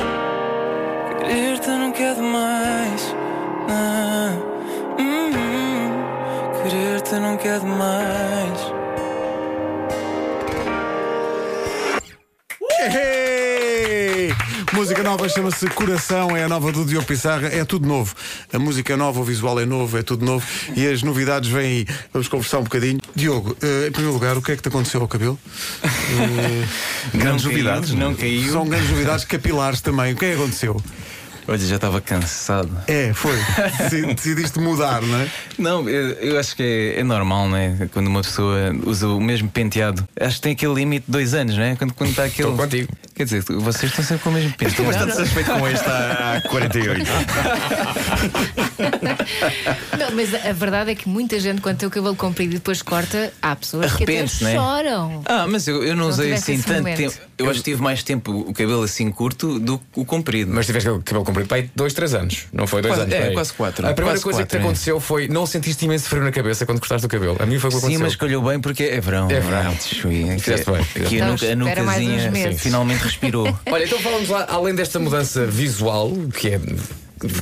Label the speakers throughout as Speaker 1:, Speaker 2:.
Speaker 1: Ah, você hum, não quer demais.
Speaker 2: Hey! Música nova chama-se Coração, é a nova do Diogo Pissarra, é tudo novo. A música é nova, o visual é novo, é tudo novo e as novidades vêm aí. Vamos conversar um bocadinho. Diogo, eh, em primeiro lugar, o que é que te aconteceu ao cabelo?
Speaker 3: Grandes
Speaker 1: Não caiu,
Speaker 3: novidades.
Speaker 2: é?
Speaker 1: Não
Speaker 3: né?
Speaker 1: caiu.
Speaker 2: São grandes novidades capilares também. O que é que aconteceu?
Speaker 3: Hoje já estava cansado.
Speaker 2: É, foi. Deci- Decidiste mudar, não é?
Speaker 3: Não, eu, eu acho que é, é normal, né? Quando uma pessoa usa o mesmo penteado, acho que tem aquele limite de dois anos, né? Quando, quando está aquele.
Speaker 4: Estou contigo.
Speaker 3: Quer dizer, vocês estão sempre com o mesmo penteado.
Speaker 4: Estou bastante satisfeito com este há 48.
Speaker 5: Não, mas a a verdade é que muita gente, quando tem o cabelo comprido e depois corta, há pessoas que até
Speaker 3: Arrepende-se, né?
Speaker 5: choram.
Speaker 3: Ah, mas eu, eu não
Speaker 5: Não
Speaker 3: usei
Speaker 5: tivesse
Speaker 3: assim
Speaker 5: esse
Speaker 3: tanto
Speaker 5: momento.
Speaker 3: tempo. Eu acho que tive mais tempo o cabelo assim curto do que o comprido.
Speaker 4: Mas tiveste o cabelo comprido para aí dois, três anos. Não foi dois
Speaker 3: Quase-
Speaker 4: anos?
Speaker 3: é,
Speaker 4: para aí.
Speaker 3: quase quatro.
Speaker 4: A primeira
Speaker 3: Quase
Speaker 4: coisa que
Speaker 3: quatro,
Speaker 4: te
Speaker 3: é.
Speaker 4: aconteceu foi não sentiste imenso frio na cabeça quando cortaste o cabelo. A mim foi o
Speaker 3: Sim,
Speaker 4: que aconteceu.
Speaker 3: mas calhou bem porque é verão.
Speaker 4: É verão.
Speaker 3: Ah, chui, é que-
Speaker 4: Fizeste bem, fizeste
Speaker 3: Aqui a,
Speaker 5: bem.
Speaker 3: nuca, a
Speaker 5: Então espera mais uns
Speaker 3: nucazinha
Speaker 5: meses.
Speaker 3: finalmente respirou.
Speaker 4: Olha, então falamos lá, além desta mudança visual, que é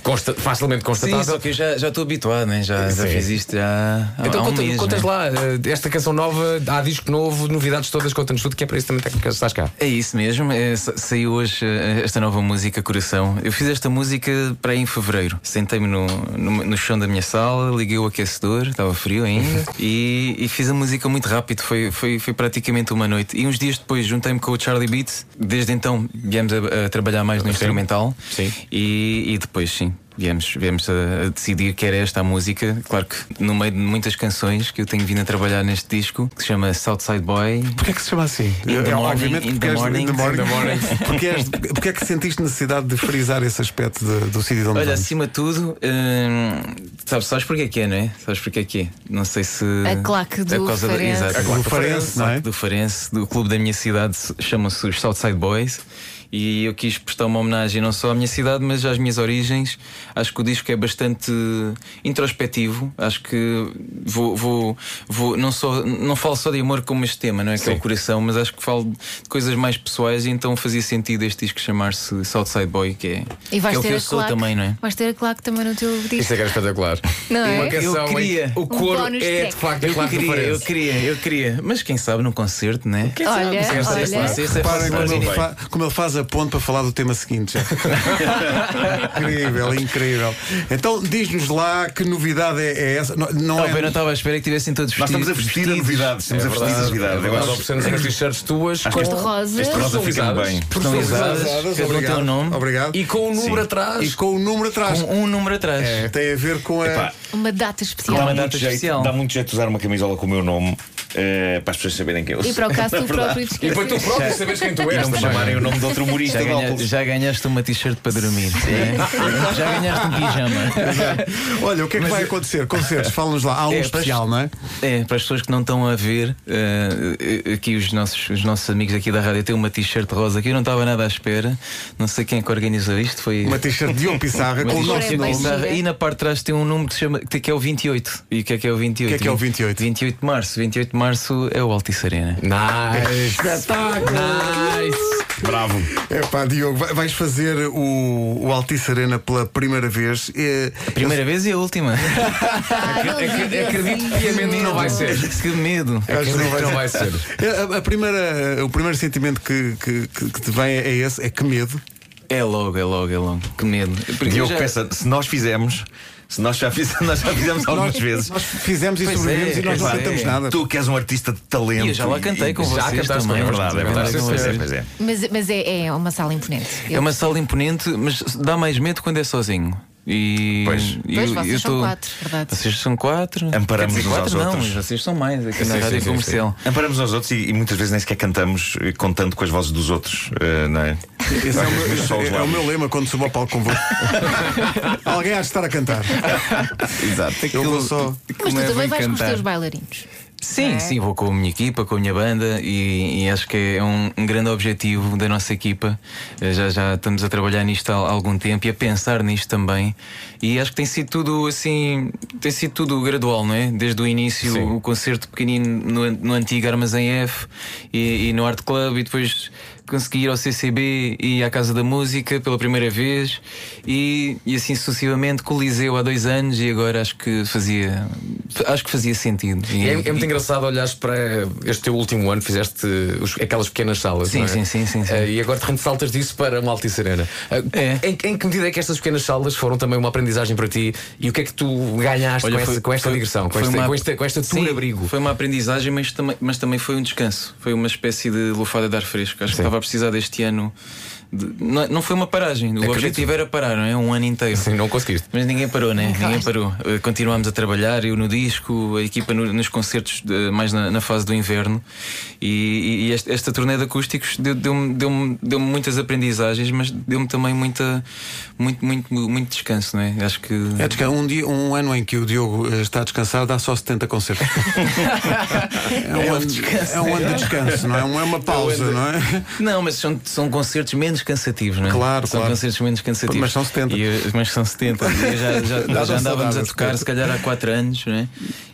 Speaker 4: consta- facilmente
Speaker 3: Sim,
Speaker 4: constatável.
Speaker 3: só que eu já já estou habituado, né? já, já
Speaker 4: Sim.
Speaker 3: fiz isto já há,
Speaker 4: Então
Speaker 3: há um
Speaker 4: conta,
Speaker 3: mês,
Speaker 4: contas
Speaker 3: né?
Speaker 4: lá, eh, esta canção nova, há disco novo, novidades todas, conta-nos tudo, que é para isso também que estás cá.
Speaker 3: É isso mesmo, é, sa- saiu hoje eh, esta nova música Coração. Eu fiz esta música para aí em fevereiro. Sentei-me no, no, no chão da minha sala, liguei o aquecedor, estava frio ainda, e, e fiz a música muito rápido, foi, foi, foi praticamente uma noite. E uns dias depois juntei-me com o Charlie Beat, desde então viemos a, a trabalhar mais no instrumental.
Speaker 4: Sim.
Speaker 3: E, e depois, sim, viemos, viemos a, a decidir que era esta a música. Claro que no meio de muitas canções que eu tenho vindo a trabalhar neste disco, que se chama Southside Boy.
Speaker 2: Porquê é que se chama assim?
Speaker 3: In the
Speaker 2: É,
Speaker 3: morning,
Speaker 2: obviamente
Speaker 3: in
Speaker 2: porque
Speaker 3: the
Speaker 2: és
Speaker 3: morning,
Speaker 2: in the morning.
Speaker 3: in the morning.
Speaker 2: Porque, és, porque é que sentiste necessidade de frisar esse aspecto de- do sítio de onde
Speaker 3: Olha,
Speaker 2: vamos?
Speaker 3: acima de tudo, hum, sabes, sabes porque é que é, não é? Sabes porque é que é? Não sei se.
Speaker 5: A claque do
Speaker 3: É por causa do-
Speaker 5: Farense.
Speaker 3: exato.
Speaker 5: A
Speaker 2: claque do Farense, não é?
Speaker 3: A claque do Farense, do clube da minha cidade, se- chamam-se os Southside Boys. E eu quis prestar uma homenagem não só à minha cidade, mas às minhas origens. Acho que o disco é bastante introspectivo. Acho que vou, vou, vou não, só, não falo só de amor como este tema, não é? Que é o coração, mas acho que falo de coisas mais pessoais. E então fazia sentido este disco chamar-se Southside Boy, que é,
Speaker 5: E
Speaker 3: que
Speaker 5: vais
Speaker 3: é o
Speaker 5: ter
Speaker 3: que eu
Speaker 5: a
Speaker 3: sou
Speaker 5: claque,
Speaker 3: também, não é?
Speaker 5: Vais ter a claque também no teu
Speaker 4: Isso
Speaker 5: disco.
Speaker 4: é que era espetacular.
Speaker 5: Não é?
Speaker 4: Uma
Speaker 5: Eu
Speaker 4: canção em que
Speaker 3: queria.
Speaker 4: O coro
Speaker 5: bónus
Speaker 4: é de
Speaker 5: track.
Speaker 4: facto a
Speaker 3: Eu
Speaker 4: claque do
Speaker 3: queria, eu
Speaker 4: Farense.
Speaker 3: queria, eu queria. Mas quem sabe num concerto, né? Quem
Speaker 5: sabe? Olha,
Speaker 3: Esta, esta,
Speaker 5: olha.
Speaker 2: assim,
Speaker 3: esta, é
Speaker 2: Reparem como, ele
Speaker 3: fácil.
Speaker 2: fa- como ele faz a ponte para falar do tema seguinte. já. incrível, incrível. Então diz-nos lá que novidade é, é essa. Não, não
Speaker 3: Não, eu não
Speaker 2: é.
Speaker 3: estava à espera que tivessem todos
Speaker 6: Nós
Speaker 3: vestidos.
Speaker 6: estamos a vestir a
Speaker 3: vestidos.
Speaker 6: novidade, estamos a vestir a novidade.
Speaker 4: Nós
Speaker 6: Agora
Speaker 4: oferecemos umas t-shirts tuas
Speaker 6: Acho que
Speaker 5: De rosa.
Speaker 6: é? este rosa fica
Speaker 4: personalizadas.
Speaker 6: bem.
Speaker 3: Personalizadas,
Speaker 2: Personalizadas,
Speaker 3: cada um tem
Speaker 2: obrigado,
Speaker 3: um nome.
Speaker 2: Obrigado.
Speaker 4: e com o número
Speaker 2: E
Speaker 6: Sim.
Speaker 4: atrás.
Speaker 2: com o número atrás.
Speaker 3: Com um número atrás.
Speaker 2: É, tem a ver com a.
Speaker 6: Epá,
Speaker 5: Uma data
Speaker 3: Dá
Speaker 5: especial.
Speaker 3: uma
Speaker 6: dá,
Speaker 3: data
Speaker 6: muito jeito,
Speaker 3: especial.
Speaker 6: dá muito jeito de usar uma camisola com o meu nome eh, para as pessoas saberem quem eu sou.
Speaker 5: E para o caso
Speaker 6: Na
Speaker 5: tu
Speaker 6: verdade.
Speaker 5: próprio
Speaker 4: E para tu
Speaker 5: esqueces.
Speaker 4: próprio saberes quem tu
Speaker 6: E
Speaker 4: és.
Speaker 6: não me
Speaker 4: também.
Speaker 6: chamarem o nome de outro humorista
Speaker 3: Já,
Speaker 6: de
Speaker 3: ganha-
Speaker 6: óculos.
Speaker 3: já ganhaste uma t-shirt para dormir. é? já ganhaste um pijama.
Speaker 2: Olha, o que é que vai acontecer? Concertos, fala-nos lá. Há um
Speaker 3: É,
Speaker 2: especial, não é?
Speaker 3: É, para as pessoas que não estão a ver, eh, aqui os nossos, os nossos amigos aqui da rádio têm uma t-shirt rosa que eu não estava nada à espera. Não sei quem é que organizou isto. Foi
Speaker 2: Uma t-shirt de Diogo Pissarra com o
Speaker 3: Mas isto
Speaker 2: nosso
Speaker 3: é
Speaker 2: nome.
Speaker 5: bem-
Speaker 3: bizarro.
Speaker 5: gira.
Speaker 3: E na parte de trás tem um número que, se chama, que é o 28. E o que é que é o 28?
Speaker 2: O que é que é o 28?
Speaker 3: 28 de março. 28 de março é o Altice Arena.
Speaker 4: Nice.
Speaker 6: Bravo.
Speaker 2: É pá, Diogo, vai- vais fazer o, o Altice Arena pela primeira vez. É,
Speaker 3: Primeira vez e a última.
Speaker 5: Ah, não digas
Speaker 4: Acredito
Speaker 5: isso.
Speaker 4: piamente que não vai ser.
Speaker 3: é que medo.
Speaker 2: eu acho É que
Speaker 4: Acredito que não vai ser.
Speaker 2: É, A, a primeira, o primeiro sentimento que, que, que- que te vem é esse, é que medo.
Speaker 3: É logo, é logo, é logo. Que medo. Porque eu
Speaker 6: Diogo
Speaker 3: já-
Speaker 6: pensa, se nós fizemos, se nós já fizemos, nós já fizemos algumas vezes.
Speaker 2: Nós fizemos e
Speaker 3: Pois
Speaker 2: sobrevivemos
Speaker 3: é,
Speaker 2: e nós não
Speaker 3: pois é.
Speaker 2: cantamos nada.
Speaker 6: Tu que és um artista de talento.
Speaker 3: E eu já lá
Speaker 6: e-
Speaker 3: cantei com
Speaker 6: e-
Speaker 4: já
Speaker 3: vocês
Speaker 4: cantaste
Speaker 3: também.
Speaker 6: É
Speaker 4: com
Speaker 6: verdade, é
Speaker 3: Já
Speaker 6: verdade.
Speaker 3: cantei com
Speaker 6: Pois é,
Speaker 3: vocês.
Speaker 6: pois é.
Speaker 5: Mas, mas é, é uma sala imponente.
Speaker 3: É uma sala imponente, mas dá mais medo quando é sozinho. E
Speaker 6: Pois.
Speaker 3: e
Speaker 5: Pois,
Speaker 3: eu-
Speaker 5: vocês
Speaker 3: eu
Speaker 5: são
Speaker 3: tô-
Speaker 5: quatro, verdade.
Speaker 3: Vocês são quatro.
Speaker 6: Amparamos
Speaker 3: Quer dizer,
Speaker 6: uns
Speaker 3: quatro
Speaker 6: aos
Speaker 3: não,
Speaker 6: outros.
Speaker 3: mas vocês são mais aqui na
Speaker 4: Sim,
Speaker 3: rádio
Speaker 4: sim,
Speaker 3: comercial.
Speaker 6: Amparamos aos outros e, e muitas vezes nem sequer cantamos eh, contando com as vozes dos outros, eh, não é?
Speaker 2: Esse é, o meu-
Speaker 6: Só os
Speaker 2: é- é o
Speaker 6: lábios.
Speaker 2: meu lema quando subo ao palco convosco. Alguém há de estar a cantar.
Speaker 6: Exato.
Speaker 2: Eu vou só.
Speaker 5: Mas
Speaker 3: Como é
Speaker 5: tu também
Speaker 3: bem
Speaker 5: vais com os
Speaker 3: cantar.
Speaker 5: teus bailarinos.
Speaker 3: Sim,
Speaker 5: não é?
Speaker 3: sim, vou com a minha equipa, com a minha banda e, e acho que é um, um grande objetivo da nossa equipa. Eh, Já, já estamos a trabalhar nisto há algum tempo e a pensar nisto também. E acho que tem sido tudo assim, tem sido tudo gradual, não é? Desde o início, o concerto pequenino no, an- no antigo Armazém F e, e no Art Club e depois
Speaker 1: consegui ir ao CCB e à Casa da Música pela primeira vez e, e assim sucessivamente coliseu há dois anos e agora acho que fazia acho que fazia sentido. E-
Speaker 4: É, é muito engraçado olhares para este teu último ano, fizeste os- aquelas pequenas salas.
Speaker 1: Sim,
Speaker 4: não é?
Speaker 1: sim, sim, sim, sim.
Speaker 4: Eh, e agora de repente saltas disso para Malta e Serena. Eh,
Speaker 1: É.
Speaker 4: Em, em que medida é que estas pequenas salas foram também uma aprendizagem para ti e o que é que tu ganhaste
Speaker 1: Olha,
Speaker 4: com,
Speaker 1: foi-
Speaker 4: essa, com esta
Speaker 1: foi-
Speaker 4: digressão, com
Speaker 1: foi
Speaker 4: esta,
Speaker 1: uma-
Speaker 4: com esta, com esta tour
Speaker 1: Sim,
Speaker 4: abrigo?
Speaker 1: Foi uma aprendizagem, mas, também- mas também foi um descanso. Foi uma espécie de lufada de ar fresco. Acho que
Speaker 4: Sim.
Speaker 1: estava a precisar deste ano. de- Não, não foi uma paragem. O
Speaker 4: Acredito.
Speaker 1: objetivo era parar, não é? Um ano inteiro.
Speaker 4: Sim, não conseguiste.
Speaker 1: Mas ninguém parou, né? Ninguém parou. Eh, Continuámos a trabalhar, eu no disco, a equipa no- nos concertos, eh, mais na, na fase do inverno. E, e- e este- esta turnê de acústicos deu- deu-me deu-me- deu-me muitas aprendizagens, mas deu-me também muita, muito, muito, muito descanso, não é? Acho que.
Speaker 2: É desca- um, dia, um ano em que o Diogo eh, está descansado, dá só 70 concertos. é, um ano, é um ano de descanso, não é? Um- É uma pausa, não é?
Speaker 1: Não, mas são, são concertos menos cansativos, não é?
Speaker 2: Claro,
Speaker 1: São
Speaker 2: claro.
Speaker 1: concertos menos cansativos.
Speaker 2: Mas são 70.
Speaker 1: E eu- mas são 70. E eu já, já-
Speaker 2: Dá
Speaker 1: já andávamos a
Speaker 2: saudades,
Speaker 1: tocar, se calhar, há 4 anos, não é?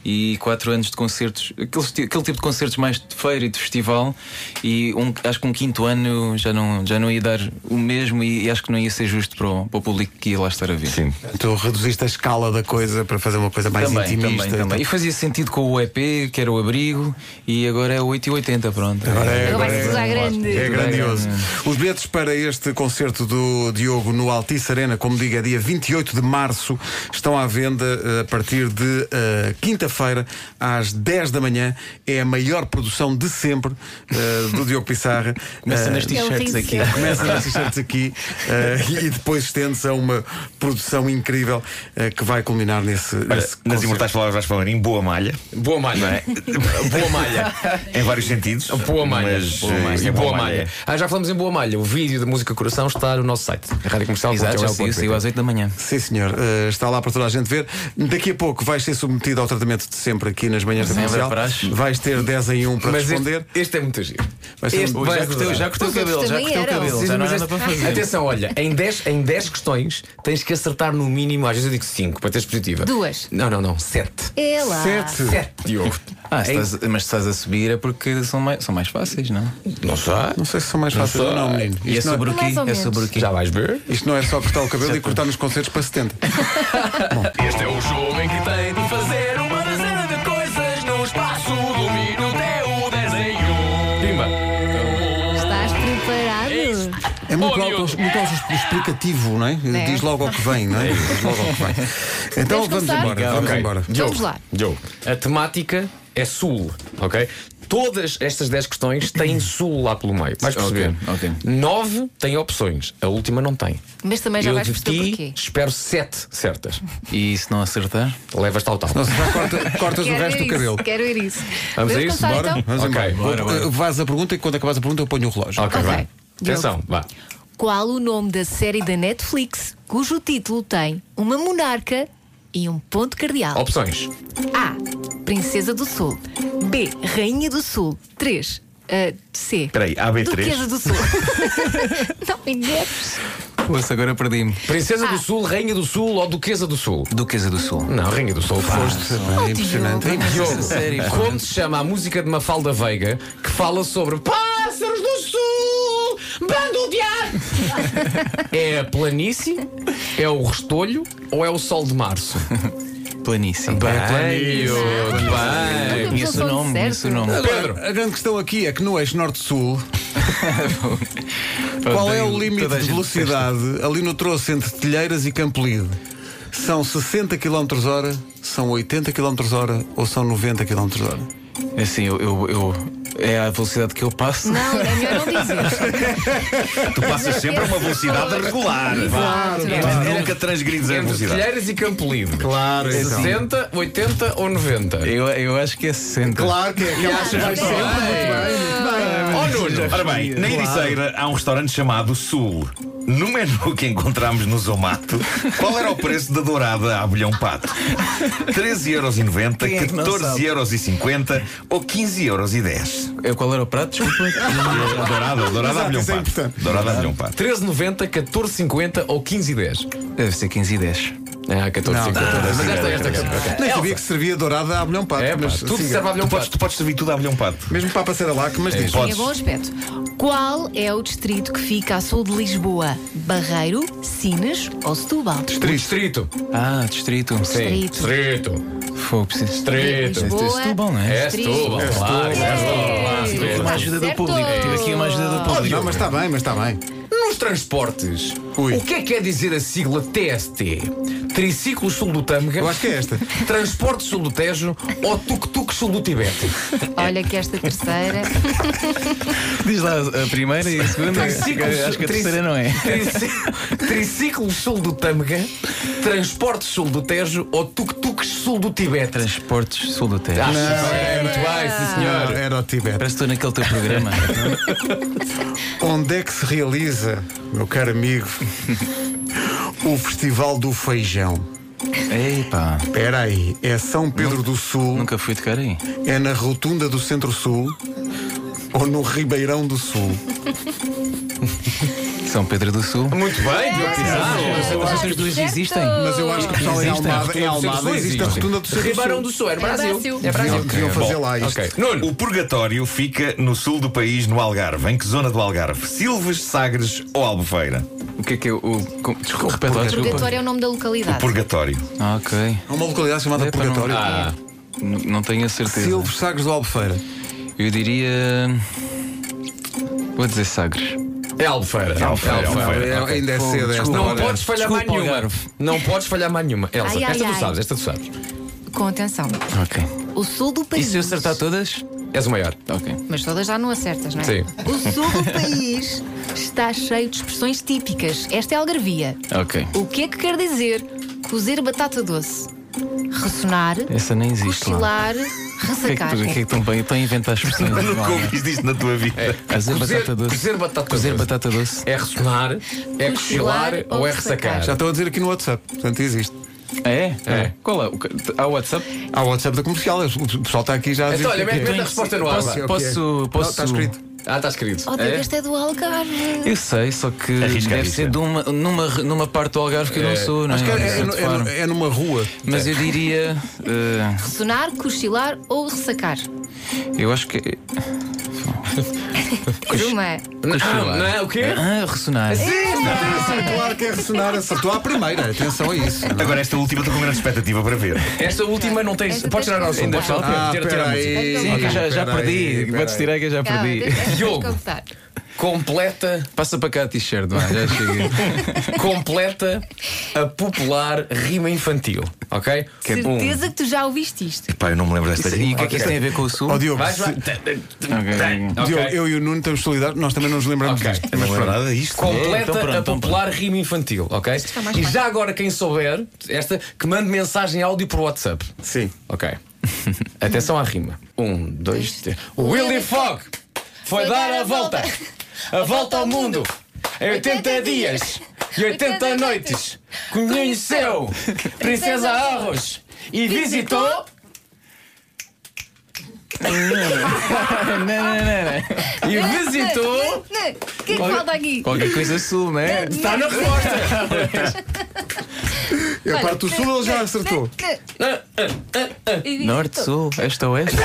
Speaker 1: E 4 anos de concertos, aqueles ti- aquele, tipo de concertos mais de feira e de festival. E um- acho que um quinto ano já não, já não ia dar o mesmo e, e acho que não ia ser justo para o, para o público que ia lá estar a ver.
Speaker 6: Sim.
Speaker 2: Tu Então, reduziste a escala da coisa para fazer uma coisa mais
Speaker 1: Também,
Speaker 2: intimista.
Speaker 1: também, também. E fazia sentido com o EP, que era o abrigo, e agora é 8 e 80, pronto.
Speaker 2: Agora é-
Speaker 5: Agora vai ser grande.
Speaker 2: É grandioso. Os bilhetes para este concerto do Diogo no Altice Arena, como digo, é dia 28 de março, estão à venda eh, a partir de eh, quinta-feira, às 10 da manhã. É a maior produção de sempre eh, do Diogo Pissarra.
Speaker 1: Começa
Speaker 2: Eh,
Speaker 1: nas t-shirts
Speaker 5: Ele
Speaker 1: aqui.
Speaker 5: ri-se.
Speaker 2: Começa nas t-shirts aqui eh, e depois estende-se a uma produção incrível eh, que vai culminar nesse.
Speaker 6: Olha,
Speaker 2: nesse
Speaker 6: nas
Speaker 2: concerto.
Speaker 6: imortais palavras vais falar em boa malha,
Speaker 4: Boa malha. Boa malha.
Speaker 6: em vários sentidos.
Speaker 4: Boa malha.
Speaker 6: Mas,
Speaker 4: boa
Speaker 6: eh,
Speaker 4: malha.
Speaker 6: isto é
Speaker 4: Boa malha. Ah, já falamos em Boa Malha. O vídeo da música Coração está no nosso site. Rádio Comercial.
Speaker 1: Exato,
Speaker 3: assim,
Speaker 1: já é saiu, saiu às 8 da manhã.
Speaker 2: Sim, senhor. Eh, está lá para toda a gente ver. Daqui a pouco vais ser submetido ao tratamento de sempre aqui nas manhãs da
Speaker 1: Sempre,
Speaker 2: comercial.
Speaker 1: praxe.
Speaker 2: Vais ter 10 em 1 para
Speaker 4: Mas
Speaker 2: responder.
Speaker 4: este, este é muito giro.
Speaker 2: Vai ser
Speaker 4: este
Speaker 2: muito-
Speaker 4: vai
Speaker 1: Já cortei,
Speaker 4: adorar.
Speaker 1: já cortei o
Speaker 5: Os outros
Speaker 1: cabelo, já
Speaker 5: também
Speaker 1: cortei o
Speaker 5: eram.
Speaker 1: cabelo,
Speaker 5: Sim,
Speaker 1: já não
Speaker 4: Mas
Speaker 1: há
Speaker 4: este-
Speaker 1: nada para fazer.
Speaker 4: Atenção, olha, em 10, em 10 questões tens que acertar no mínimo, às vezes eu digo 5 para teres positiva.
Speaker 5: Duas.
Speaker 4: Não, não, não, 7.
Speaker 5: É lá.
Speaker 2: Sete.
Speaker 4: 7, Diogo.
Speaker 1: Ah, se estás- mas se estás a subir é porque são mais, são mais fáceis, não?
Speaker 4: Não sei.
Speaker 2: Não sei se são mais fáceis ou não, menino.
Speaker 1: E é
Speaker 2: Isto não
Speaker 1: sobre o
Speaker 5: Mais
Speaker 1: quê?
Speaker 5: ou
Speaker 1: É
Speaker 5: menos.
Speaker 1: sobre o quê?
Speaker 4: Já vais ver?
Speaker 2: Isto não é só cortar o cabelo e cortar nos concertos para 70.
Speaker 7: Este é o jogo em que tem de fazer uma dezena de coisas no espaço do minuto. É o um. desenho.
Speaker 4: Pimba.
Speaker 5: Estás preparado? Ah, então
Speaker 2: É muito,
Speaker 7: Oh,
Speaker 2: auto,
Speaker 7: Diogo.
Speaker 2: muito auto- explicativo, não é?
Speaker 5: É.
Speaker 2: Diz logo ao que vem, não é? Diz logo ao que vem. Então vamos
Speaker 5: Vamos começar?
Speaker 2: embora. Vamos
Speaker 4: Ok.
Speaker 2: embora.
Speaker 4: Diogo,
Speaker 5: Vamos lá.
Speaker 4: Diogo, a temática é sul, ok? Todas estas 10 questões têm sul lá pelo meio. Vais perceber.
Speaker 1: ok.
Speaker 4: 9 têm opções, a última não tem.
Speaker 5: Mas também já
Speaker 4: Eu
Speaker 5: vais
Speaker 4: de
Speaker 5: perceber
Speaker 4: ti
Speaker 5: porquê.
Speaker 4: espero 7 certas.
Speaker 1: E se não acertar?
Speaker 4: Levas tal tal.
Speaker 2: Nossa, já corta- cortas o
Speaker 5: Quero
Speaker 2: resto
Speaker 5: ir
Speaker 2: do cabelo.
Speaker 5: isso, quero ir isso.
Speaker 4: Vamos a isso?
Speaker 5: começar
Speaker 4: Bora? Uhum.
Speaker 5: então?
Speaker 2: Vamos
Speaker 4: Ok,
Speaker 2: embora.
Speaker 1: bora,
Speaker 2: Vou-
Speaker 1: bora.
Speaker 2: Vais a pergunta e quando acabares a pergunta eu ponho o relógio.
Speaker 4: Ok,
Speaker 5: Ok.
Speaker 4: vai.
Speaker 5: Diogo.
Speaker 4: Atenção, vá.
Speaker 5: Qual o nome da série da Netflix cujo título tem uma monarca e um ponto cardeal?
Speaker 4: Opções.
Speaker 5: A. Princesa do Sul. B. Rainha do Sul. 3. C.
Speaker 6: Espera aí, AB3.
Speaker 5: Duquesa do Sul. Não me enganes.
Speaker 1: Ouça, agora perdi-me.
Speaker 4: Princesa
Speaker 5: Ah.
Speaker 4: do Sul, Rainha do Sul ou Duquesa do Sul?
Speaker 1: Duquesa do Sul.
Speaker 4: Não, Rainha do Sul, foste.
Speaker 2: É impressionante.
Speaker 4: Diogo,
Speaker 1: Sério, pá.
Speaker 4: como se chama a música de Mafalda Veiga que fala sobre pássaros do sul, bando de ar? é a planície? É o restolho ou é o sol de março?
Speaker 2: é
Speaker 1: Planície.
Speaker 2: Então.
Speaker 4: Diogo, bem.
Speaker 1: Conheço o nome, conheço o nome.
Speaker 4: Pedro,
Speaker 2: A grande questão aqui é que no eixo norte-sul, qual é o limite
Speaker 1: Toda a
Speaker 2: de
Speaker 1: gente
Speaker 2: velocidade ali no troço entre Telheiras e Campolide? São 60 km hora, são 80 km hora ou são 90 km hora?
Speaker 1: festa. Assim, eu, eu, eu- É a velocidade que eu passo.
Speaker 5: Não, é melhor não dizer.
Speaker 6: Tu passas sempre a uma velocidade regular. vá.
Speaker 5: Exato.
Speaker 6: Tu Nunca transgrides a
Speaker 4: entre
Speaker 6: velocidade.
Speaker 4: Telheiras e Campo Livre.
Speaker 2: Claro, então.
Speaker 4: 60, 80 ou 90?
Speaker 1: Eu, eu acho que é 60.
Speaker 2: Claro que é aquela que vai sempre.
Speaker 4: Ó Nuno,
Speaker 6: Oh, Ora bem, na Ericeira há um restaurante chamado Sul. No menu que encontramos no Zomato, qual era o preço da dourada à abelhão pato? 13,90€,
Speaker 1: Quem é que não
Speaker 6: 14,50€ ou 15,10€?
Speaker 1: É, Qual era o prato?
Speaker 4: Ah,
Speaker 1: Desculpa.
Speaker 6: Dourada, dourada à abelhão
Speaker 2: isso é
Speaker 6: pato.
Speaker 2: importante.
Speaker 6: Dourada à abelhão pato.
Speaker 4: 13,90, 14,50 ou 15,10?
Speaker 1: Deve ser 15 e 10.
Speaker 4: Ah, 14,
Speaker 2: Não.
Speaker 4: 5, 14. Mas esta, esta, é
Speaker 2: Nem
Speaker 4: esta.
Speaker 2: sabia que servia dourada à milhão pato.
Speaker 4: É, pá,
Speaker 2: mas
Speaker 4: tudo
Speaker 2: siga.
Speaker 4: serve É a
Speaker 6: Tu
Speaker 4: milhão
Speaker 6: podes, tu podes servir tudo a milhão pato.
Speaker 2: Mesmo para passar a laca, mas diz.
Speaker 5: Tinha bom aspecto. Qual é o distrito que fica a sul de Lisboa? Barreiro, Sines ou Setúbal?
Speaker 4: Distrito.
Speaker 3: Ah, distrito.
Speaker 4: Sim.
Speaker 5: Distrito.
Speaker 4: Distrito.
Speaker 3: Fogo, preciso.
Speaker 4: Distrito.
Speaker 5: Lisboa.
Speaker 3: Este é Setúbal, não é?
Speaker 4: É Setúbal, claro. É Setúbal.
Speaker 3: Uma ajuda do
Speaker 5: Certo.
Speaker 3: público. Tive aqui uma ajuda do público.
Speaker 2: Não, mas está bem, mas está bem.
Speaker 4: Nos transportes,
Speaker 2: Ui.
Speaker 4: o que é que quer dizer a sigla TST? Triciclo Sul do Tâmega,
Speaker 2: Eu acho que é esta.
Speaker 4: Transporte Sul do Tejo ou Tuk-Tuk Sul do Tibete?
Speaker 5: Olha que esta terceira.
Speaker 3: Diz lá a primeira e a segunda. Acho que a
Speaker 4: trici-
Speaker 3: terceira não é.
Speaker 4: trici- Triciclo Sul do Tâmega, Transporte Sul do Tejo ou Tuk-Tuk Sul do Tibete?
Speaker 3: Transportes Sul do Tejo.
Speaker 4: Ah, é, muito bem, sim senhor.
Speaker 2: Era, era o Tibete.
Speaker 3: Parece que estou naquele teu programa.
Speaker 2: Onde é que se realiza, meu caro amigo, o Festival do Feijão?
Speaker 3: Epá,
Speaker 2: Espera aí, é São Pedro do Sul,
Speaker 3: nunca fui tocar aí.
Speaker 2: é na Rotunda do Centro-Sul ou no Ribeirão do Sul?
Speaker 3: São Pedro do Sul.
Speaker 4: Muito
Speaker 3: É,
Speaker 4: bem, Diogo Pizarro.
Speaker 3: Mas essas duas
Speaker 5: certo.
Speaker 3: existem.
Speaker 2: Mas eu acho que o pessoal em
Speaker 3: Existe a
Speaker 2: Almada, em
Speaker 4: Rotunda do
Speaker 2: Almada
Speaker 4: Centro-Sul,
Speaker 2: existe a
Speaker 4: existe.
Speaker 2: Ribeirão do
Speaker 4: Ribeirão
Speaker 2: Centro-Sul.
Speaker 4: do Sul, é Brasil.
Speaker 5: Brasil.
Speaker 4: É Brasil.
Speaker 2: Deviam fazer
Speaker 6: Bom,
Speaker 2: lá isto.
Speaker 4: Ok. Nuno,
Speaker 6: O purgatório fica no sul do país, no Algarve. Em que zona do Algarve? Silves, Sagres ou Albufeira?
Speaker 3: O que é que eu. O, com- desculpa, repete lá, desculpa.
Speaker 5: Purgatório é o nome da
Speaker 3: Tá.
Speaker 5: localidade.
Speaker 6: Purgatório.
Speaker 3: Ah, ok.
Speaker 2: Há uma localidade chamada
Speaker 3: Epa,
Speaker 2: Purgatório.
Speaker 3: não- ah, n- não tenho a certeza.
Speaker 2: Silves Sagres do Albufeira.
Speaker 3: Eu diria. hum, Vou dizer Sagres.
Speaker 4: é Albufeira.
Speaker 6: Albufeira, Albufeira.
Speaker 2: É, ainda é cedo esta
Speaker 3: desculpa.
Speaker 4: Não
Speaker 2: hora.
Speaker 3: Olha,
Speaker 4: podes falhar
Speaker 3: desculpa,
Speaker 4: mais nenhuma.
Speaker 3: Algarve.
Speaker 4: Não podes falhar mais nenhuma. Elsa,
Speaker 5: Ai, ai,
Speaker 4: esta tu
Speaker 5: ai.
Speaker 4: sabes, esta tu sabes.
Speaker 5: Com atenção.
Speaker 3: Ok.
Speaker 5: O sul do
Speaker 3: E
Speaker 5: país.
Speaker 3: se eu acertar todas?
Speaker 4: És o maior.
Speaker 3: Ok.
Speaker 5: Mas todas já não acertas, não é?
Speaker 4: Sim.
Speaker 5: O sul do país está cheio de expressões típicas. Esta é a algarvia.
Speaker 3: Ok.
Speaker 5: O que é que quer dizer cozer batata doce? Ressonar,
Speaker 3: Essa nem existe lá. O
Speaker 5: cochilar,
Speaker 3: que é que,
Speaker 5: ressacar.
Speaker 3: tu- o que é que estão bem? Estão a inventar expressões.
Speaker 6: Nunca ouviste isto na tua vida.
Speaker 3: Fazer batata doce.
Speaker 4: Cozer batata
Speaker 3: Cozer
Speaker 4: doce.
Speaker 3: batata doce.
Speaker 4: É ressonar, é cochilar
Speaker 5: Cochilar
Speaker 4: ou
Speaker 5: ou
Speaker 4: é ressacar?
Speaker 2: Já estão a dizer aqui no WhatsApp, portanto existe.
Speaker 3: É?
Speaker 4: É.
Speaker 3: Qual é? O que- Há o WhatsApp?
Speaker 2: Há o WhatsApp da comercial, o pessoal está aqui já a dizer.
Speaker 4: Então, olha,
Speaker 2: o que é que
Speaker 4: mete
Speaker 2: é.
Speaker 4: mete a resposta no ar.
Speaker 3: Posso-
Speaker 4: vá.
Speaker 2: Ok.
Speaker 3: posso-
Speaker 2: Não,
Speaker 3: posso-
Speaker 2: Está escrito.
Speaker 4: Ah, está escrito.
Speaker 5: Oh, Deus, este é do Algarve.
Speaker 3: Eu sei, só que
Speaker 6: Arrisca,
Speaker 3: deve
Speaker 6: arrisca.
Speaker 3: ser de uma, numa, numa parte do Algarve que eu não sou, não é?
Speaker 2: Acho que é, é-
Speaker 3: Não sei de fora.
Speaker 2: é- é numa rua.
Speaker 3: Mas eu diria. eh,
Speaker 5: Ressonar, cochilar ou ressacar?
Speaker 3: eu acho que.
Speaker 5: Uma.
Speaker 4: Ah, Não, não, o quê?
Speaker 3: Ah, ressonar.
Speaker 2: Claro que é ressonar, acertou à primeira, atenção a isso.
Speaker 6: Agora, esta última estou com grande expectativa para ver.
Speaker 4: Esta última não tens.
Speaker 5: Esta
Speaker 4: Podes
Speaker 5: tens
Speaker 4: tirar ao som.
Speaker 5: que
Speaker 4: Podes tirar
Speaker 2: Ah,
Speaker 4: tira- tira a
Speaker 2: espera
Speaker 4: música.
Speaker 2: aí.
Speaker 5: Sim,
Speaker 2: Ok,
Speaker 3: já, já
Speaker 2: espera aí,
Speaker 3: perdi.
Speaker 2: espera
Speaker 3: Vou-te
Speaker 2: aí.
Speaker 3: tirar que eu já
Speaker 5: Calma,
Speaker 3: perdi.
Speaker 5: deixa- deixa
Speaker 4: Diogo.
Speaker 5: contar.
Speaker 4: Completa,
Speaker 3: Passa para cá a t-shirt, vá, já chega.
Speaker 4: completa a popular rima infantil. Ok?
Speaker 3: é
Speaker 5: Certeza que tu já ouviste isto.
Speaker 6: Pá, eu não me lembro desta
Speaker 3: E o
Speaker 6: rima.
Speaker 3: que é que isso tem a ver com o sul?
Speaker 2: Ó Diogo,
Speaker 4: Vais,
Speaker 2: se-
Speaker 4: vai.
Speaker 3: Ok.
Speaker 4: Ok.
Speaker 2: Diogo, eu e o Nuno temos solidariedade, nós também não nos lembramos
Speaker 4: Ok.
Speaker 2: disto.
Speaker 6: Não me lembro nada disto.
Speaker 4: Completa
Speaker 3: É, então pronto,
Speaker 4: a
Speaker 3: então
Speaker 4: popular rima infantil, ok?
Speaker 5: está mais
Speaker 4: E
Speaker 5: fácil.
Speaker 4: já agora, quem souber, esta, que mande mensagem áudio por WhatsApp.
Speaker 2: Sim.
Speaker 4: Ok. Atenção à rima. Um, dois, três. O Willy Fogg foi dar a volta. A volta ao mundo. Em 80 dias e 80 noites. Conheceu Princesa Arros e visitou.
Speaker 3: Não, não, não, não.
Speaker 4: E visitou.
Speaker 5: O que é que falta aqui?
Speaker 3: Qualquer coisa sul, não é?
Speaker 4: Está na resposta.
Speaker 2: A parte do sul ele já acertou.
Speaker 5: E-
Speaker 3: Norte, sul, este ou oeste?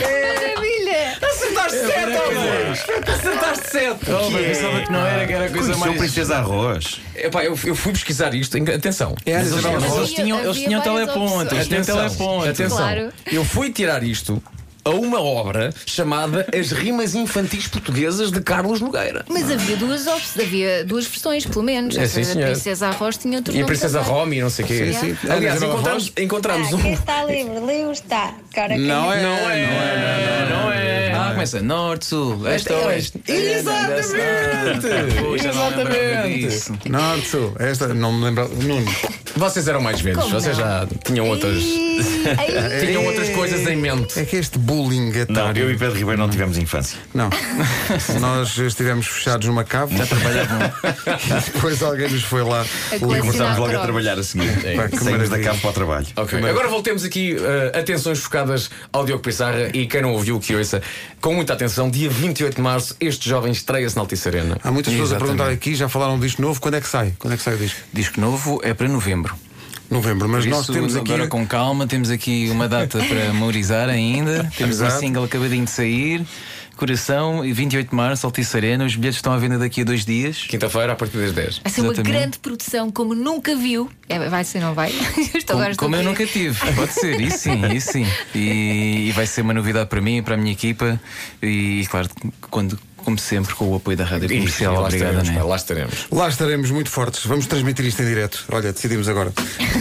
Speaker 5: Maravilha!
Speaker 4: Acertaste certo, amor. Acertaste certo.
Speaker 3: Oh, mas pensava que não era, que era a coisa
Speaker 6: Conheceu
Speaker 3: mais.
Speaker 6: Princesa Arroz.
Speaker 4: Epá, eu, eu fui pesquisar isto. Atenção.
Speaker 2: É a
Speaker 3: Mas eles,
Speaker 2: Isabel
Speaker 3: eles
Speaker 2: Rocha.
Speaker 3: tinham, eles
Speaker 5: Havia
Speaker 3: tinham
Speaker 5: várias
Speaker 3: teleponto, eles
Speaker 5: opções.
Speaker 3: tinham teleponto.
Speaker 4: Atenção.
Speaker 5: Claro.
Speaker 4: Eu fui tirar isto a uma obra chamada As Rimas Infantis Portuguesas de Carlos Nogueira.
Speaker 5: Mas havia duas opções, havia duas versões, pelo menos.
Speaker 4: É,
Speaker 5: Essa
Speaker 4: sim,
Speaker 5: da
Speaker 4: senhora.
Speaker 5: Princesa Arroz tinha outro
Speaker 4: E a
Speaker 5: nome
Speaker 4: Princesa
Speaker 5: também.
Speaker 4: Romy, não sei o quê.
Speaker 5: Sim, sim.
Speaker 2: Ana
Speaker 4: Aliás,
Speaker 2: Isabel
Speaker 4: encontramos, encontramos
Speaker 8: Ah, quem
Speaker 4: um.
Speaker 8: está livre, livre está. Agora quem
Speaker 2: Não é, não
Speaker 3: Não
Speaker 2: é.
Speaker 3: é, não é. Ah, começa norte, sul, Ah, este ou oeste.
Speaker 4: é Exatamente!
Speaker 3: Pô, já não lembrava
Speaker 4: Exatamente!
Speaker 3: disso.
Speaker 2: é. Norte, sul, esta não me lembro. Nuno.
Speaker 4: Vocês eram mais velhos,
Speaker 5: Como
Speaker 4: vocês
Speaker 5: não?
Speaker 4: já tinham outras.
Speaker 5: Ai, ai.
Speaker 4: Tinham outras coisas em mente.
Speaker 2: É que este bullying
Speaker 6: Não, Tá, eu e
Speaker 2: etário.
Speaker 6: Pedro Ribeiro não tivemos infância.
Speaker 2: Não. Nós estivemos fechados numa cave. Já trabalhavam. Depois alguém nos foi lá.
Speaker 5: colecionar
Speaker 2: livrar.
Speaker 3: Tá,
Speaker 6: Começámos logo a
Speaker 5: Cronos.
Speaker 6: trabalhar a seguir.
Speaker 2: Pá, que
Speaker 6: Saímos da
Speaker 2: maravilha.
Speaker 6: cabo para o trabalho.
Speaker 4: Ok, agora voltemos aqui, eh, atenções focadas ao Diogo Pissarra e quem não ouviu que ouça. Com com muita atenção, dia 28 de março, este jovem estreia-se na Altice Arena.
Speaker 2: Há muitas pessoas
Speaker 3: Exatamente.
Speaker 2: a perguntar aqui, já falaram disto novo, quando é que sai? Quando é que sai o disco?
Speaker 3: Disco novo é para novembro.
Speaker 2: Novembro, mas
Speaker 3: Por
Speaker 2: nós
Speaker 3: isso,
Speaker 2: temos aqui.
Speaker 3: Agora com calma, temos aqui uma data para memorizar ainda. Temos
Speaker 2: Exato.
Speaker 3: um single acabadinho de sair. Coração, e 28 de março, Altice Arena. Os bilhetes estão à venda daqui a dois dias.
Speaker 4: Quinta-feira, a partir das 10.
Speaker 5: Vai ser uma
Speaker 3: Exatamente.
Speaker 5: grande produção, como nunca viu. É, vai ser, não vai? Eu estou Então agora
Speaker 3: Como, como
Speaker 5: estou
Speaker 3: eu
Speaker 5: a-
Speaker 3: nunca tive, pode ser, isso sim, isso sim. E, e vai ser uma novidade para mim, para a minha equipa e, claro, quando, como sempre, com o apoio da Rádio Comercial.
Speaker 4: Isso, lá
Speaker 3: Obrigado, né?
Speaker 4: estaremos,
Speaker 3: Ana.
Speaker 4: pá, lá estaremos.
Speaker 2: Lá estaremos muito fortes. Vamos transmitir isto em direto. Olha, decidimos agora.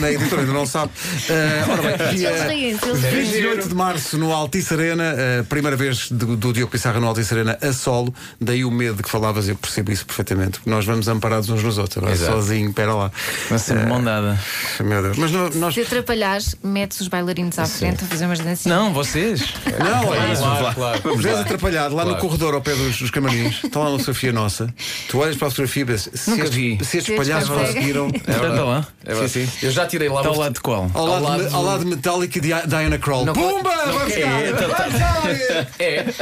Speaker 2: A editora ainda não sabe. Ah, ora bem, dia
Speaker 5: Eles riem-se, eles riem-se.
Speaker 2: 28 de março no Altice Arena, a primeira vez do, do Diogo Pissarra no Altice Arena a solo. Daí o medo que falavas, eu percebo isso perfeitamente. porque Nós vamos amparados uns nos outros. Agora,
Speaker 4: Exato.
Speaker 2: sozinho, pera lá.
Speaker 3: Vai ser de mão dada.
Speaker 2: Meu Deus. Mas no- nós.
Speaker 5: Se atrapalhares, metes os bailarinos à frente a fazer umas dancinhas.
Speaker 3: Não, vocês.
Speaker 2: Não, é isso.
Speaker 4: Claro, claro.
Speaker 2: Vamos és atrapalhado lá no
Speaker 4: Claro.
Speaker 2: corredor ao pé dos, dos camarins, está lá uma fotografia nossa. Tu olhas para a fotografia e pensas: se
Speaker 3: Nunca
Speaker 2: estes- se
Speaker 3: vi.
Speaker 5: Se
Speaker 2: estes
Speaker 5: estes
Speaker 2: palhaços
Speaker 5: conseguem.
Speaker 2: conseguiram. Então,
Speaker 4: É verdade.
Speaker 3: Está lá.
Speaker 4: É verdade.
Speaker 2: Sim,
Speaker 4: Eu já tirei lá
Speaker 3: Está ao
Speaker 4: uma
Speaker 3: lado de qual?
Speaker 2: Ao lado,
Speaker 4: Ao lado
Speaker 2: de,
Speaker 4: do-
Speaker 2: ao lado de Metallica e Di- Diana Krall.
Speaker 4: Não,
Speaker 2: Pumba!
Speaker 4: não
Speaker 2: Vamos
Speaker 4: quer.
Speaker 2: cá!
Speaker 4: É,
Speaker 2: Vamos cá!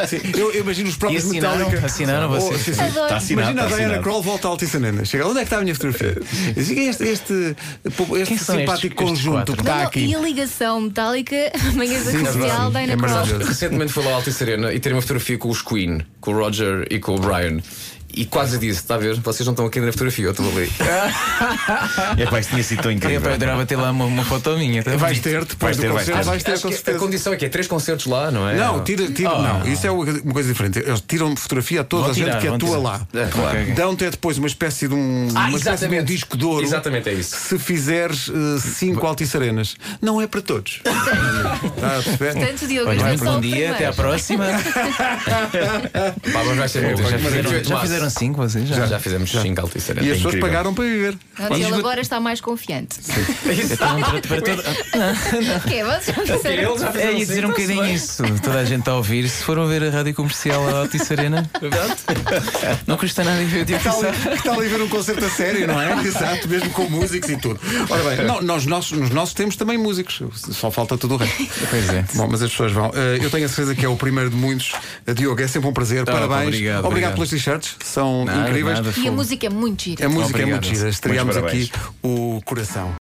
Speaker 4: É.
Speaker 2: Sim, eu eu imagino os próprios
Speaker 3: E assinaram?
Speaker 2: Metallica. Oh,
Speaker 3: Assinaram vocês?
Speaker 2: sim, sim.
Speaker 5: Adoro.
Speaker 6: Está assinado.
Speaker 2: Imagina a
Speaker 6: está
Speaker 2: Diana
Speaker 6: assinado.
Speaker 2: Kroll volta à Altice Arena. Chega, onde é que está a minha fotografia? Eu digo, Este, este, este
Speaker 3: Quem são
Speaker 2: simpático
Speaker 3: estes- estes
Speaker 2: conjunto que
Speaker 3: quatro?
Speaker 5: Não,
Speaker 2: está
Speaker 5: não,
Speaker 2: aqui.
Speaker 5: E a ligação metálica, manhã da
Speaker 2: Sim,
Speaker 5: comercial,
Speaker 2: sim,
Speaker 5: Dana
Speaker 2: é
Speaker 5: Cross.
Speaker 2: maravilhoso.
Speaker 4: Recentemente fui lá ao Altice Arena e tirei uma fotografia com os Queen, com o Roger e com o Brian. E quase disse, está a ver? Vocês não estão aqui na fotografia, eu estou ali.
Speaker 2: Ah,
Speaker 6: É pá, isto tinha sido tão
Speaker 3: É,
Speaker 6: incrível.
Speaker 3: pá, eu adorava ter lá uma, uma foto minha. tá
Speaker 2: Vais
Speaker 3: bonito.
Speaker 2: ter depois
Speaker 6: Vais
Speaker 2: do
Speaker 6: ter, vais
Speaker 2: concerto,
Speaker 6: ter.
Speaker 2: vais ter
Speaker 4: Acho
Speaker 2: com
Speaker 4: que a
Speaker 2: certeza.
Speaker 4: condição é que é três concertos lá, não é?
Speaker 2: Não, tipo- tira, tira, não. Isso é uma uma coisa diferente. Eles tiram fotografia a toda
Speaker 3: Vão
Speaker 2: a gente
Speaker 3: tirar,
Speaker 2: que
Speaker 3: vão
Speaker 2: atua
Speaker 3: tirar.
Speaker 2: lá.
Speaker 4: É, claro.
Speaker 3: Ok.
Speaker 2: Dão-te é depois uma espécie de um, uma espécie
Speaker 4: Ah,
Speaker 2: de um
Speaker 4: exatamente.
Speaker 2: disco de ouro.
Speaker 4: Exatamente, é isso.
Speaker 2: Se fizeres eh, cinco altiçarenas. Não é para todos. Está a perceber?
Speaker 5: Portanto, Diogo,
Speaker 3: Olha,
Speaker 5: este é
Speaker 3: muito
Speaker 5: só
Speaker 3: bom
Speaker 5: o
Speaker 3: dia,
Speaker 5: primeiro.
Speaker 3: até à próxima.
Speaker 4: Pá, mas vai ser muito.
Speaker 3: já, fizeram,
Speaker 4: 28 de
Speaker 3: já
Speaker 4: março.
Speaker 3: fizeram cinco vocês? Já.
Speaker 4: Já fizemos 5 Altice
Speaker 2: E as
Speaker 4: Arena.
Speaker 2: pessoas
Speaker 6: incrível.
Speaker 2: pagaram para viver.
Speaker 5: Portanto, é Ele agora está mais confiante.
Speaker 3: Então, para, para todo-
Speaker 5: Que é, vocês já fizeram.
Speaker 3: É, ia dizer um bocadinho isso. Toda a gente está a ouvir. Se foram ver a rádio comercial à Altice Arena, não custa nada ver o Diogo
Speaker 2: Está
Speaker 3: Pissarra.
Speaker 2: ali, está ali a ver um concerto a sério, não é? Exato, mesmo com músicos e tudo. Ora bem, não, nós, nossos- nos nossos temos também músicos, só falta tudo o resto.
Speaker 3: Pois é.
Speaker 2: Bom, mas as pessoas vão. Eh, eu tenho a certeza que é o primeiro de muitos. Eh, Diogo, é sempre um prazer.
Speaker 3: Tá,
Speaker 2: Parabéns.
Speaker 3: obrigado, obrigado.
Speaker 2: pelos t-shirts, são
Speaker 3: Nada,
Speaker 2: incríveis.
Speaker 3: nada,
Speaker 5: E a
Speaker 3: fogo.
Speaker 5: música é muito gira.
Speaker 2: A música é
Speaker 3: Obrigado.
Speaker 2: muito gira.
Speaker 3: Muitos
Speaker 2: Estreámos
Speaker 6: parabéns.
Speaker 2: aqui o coração.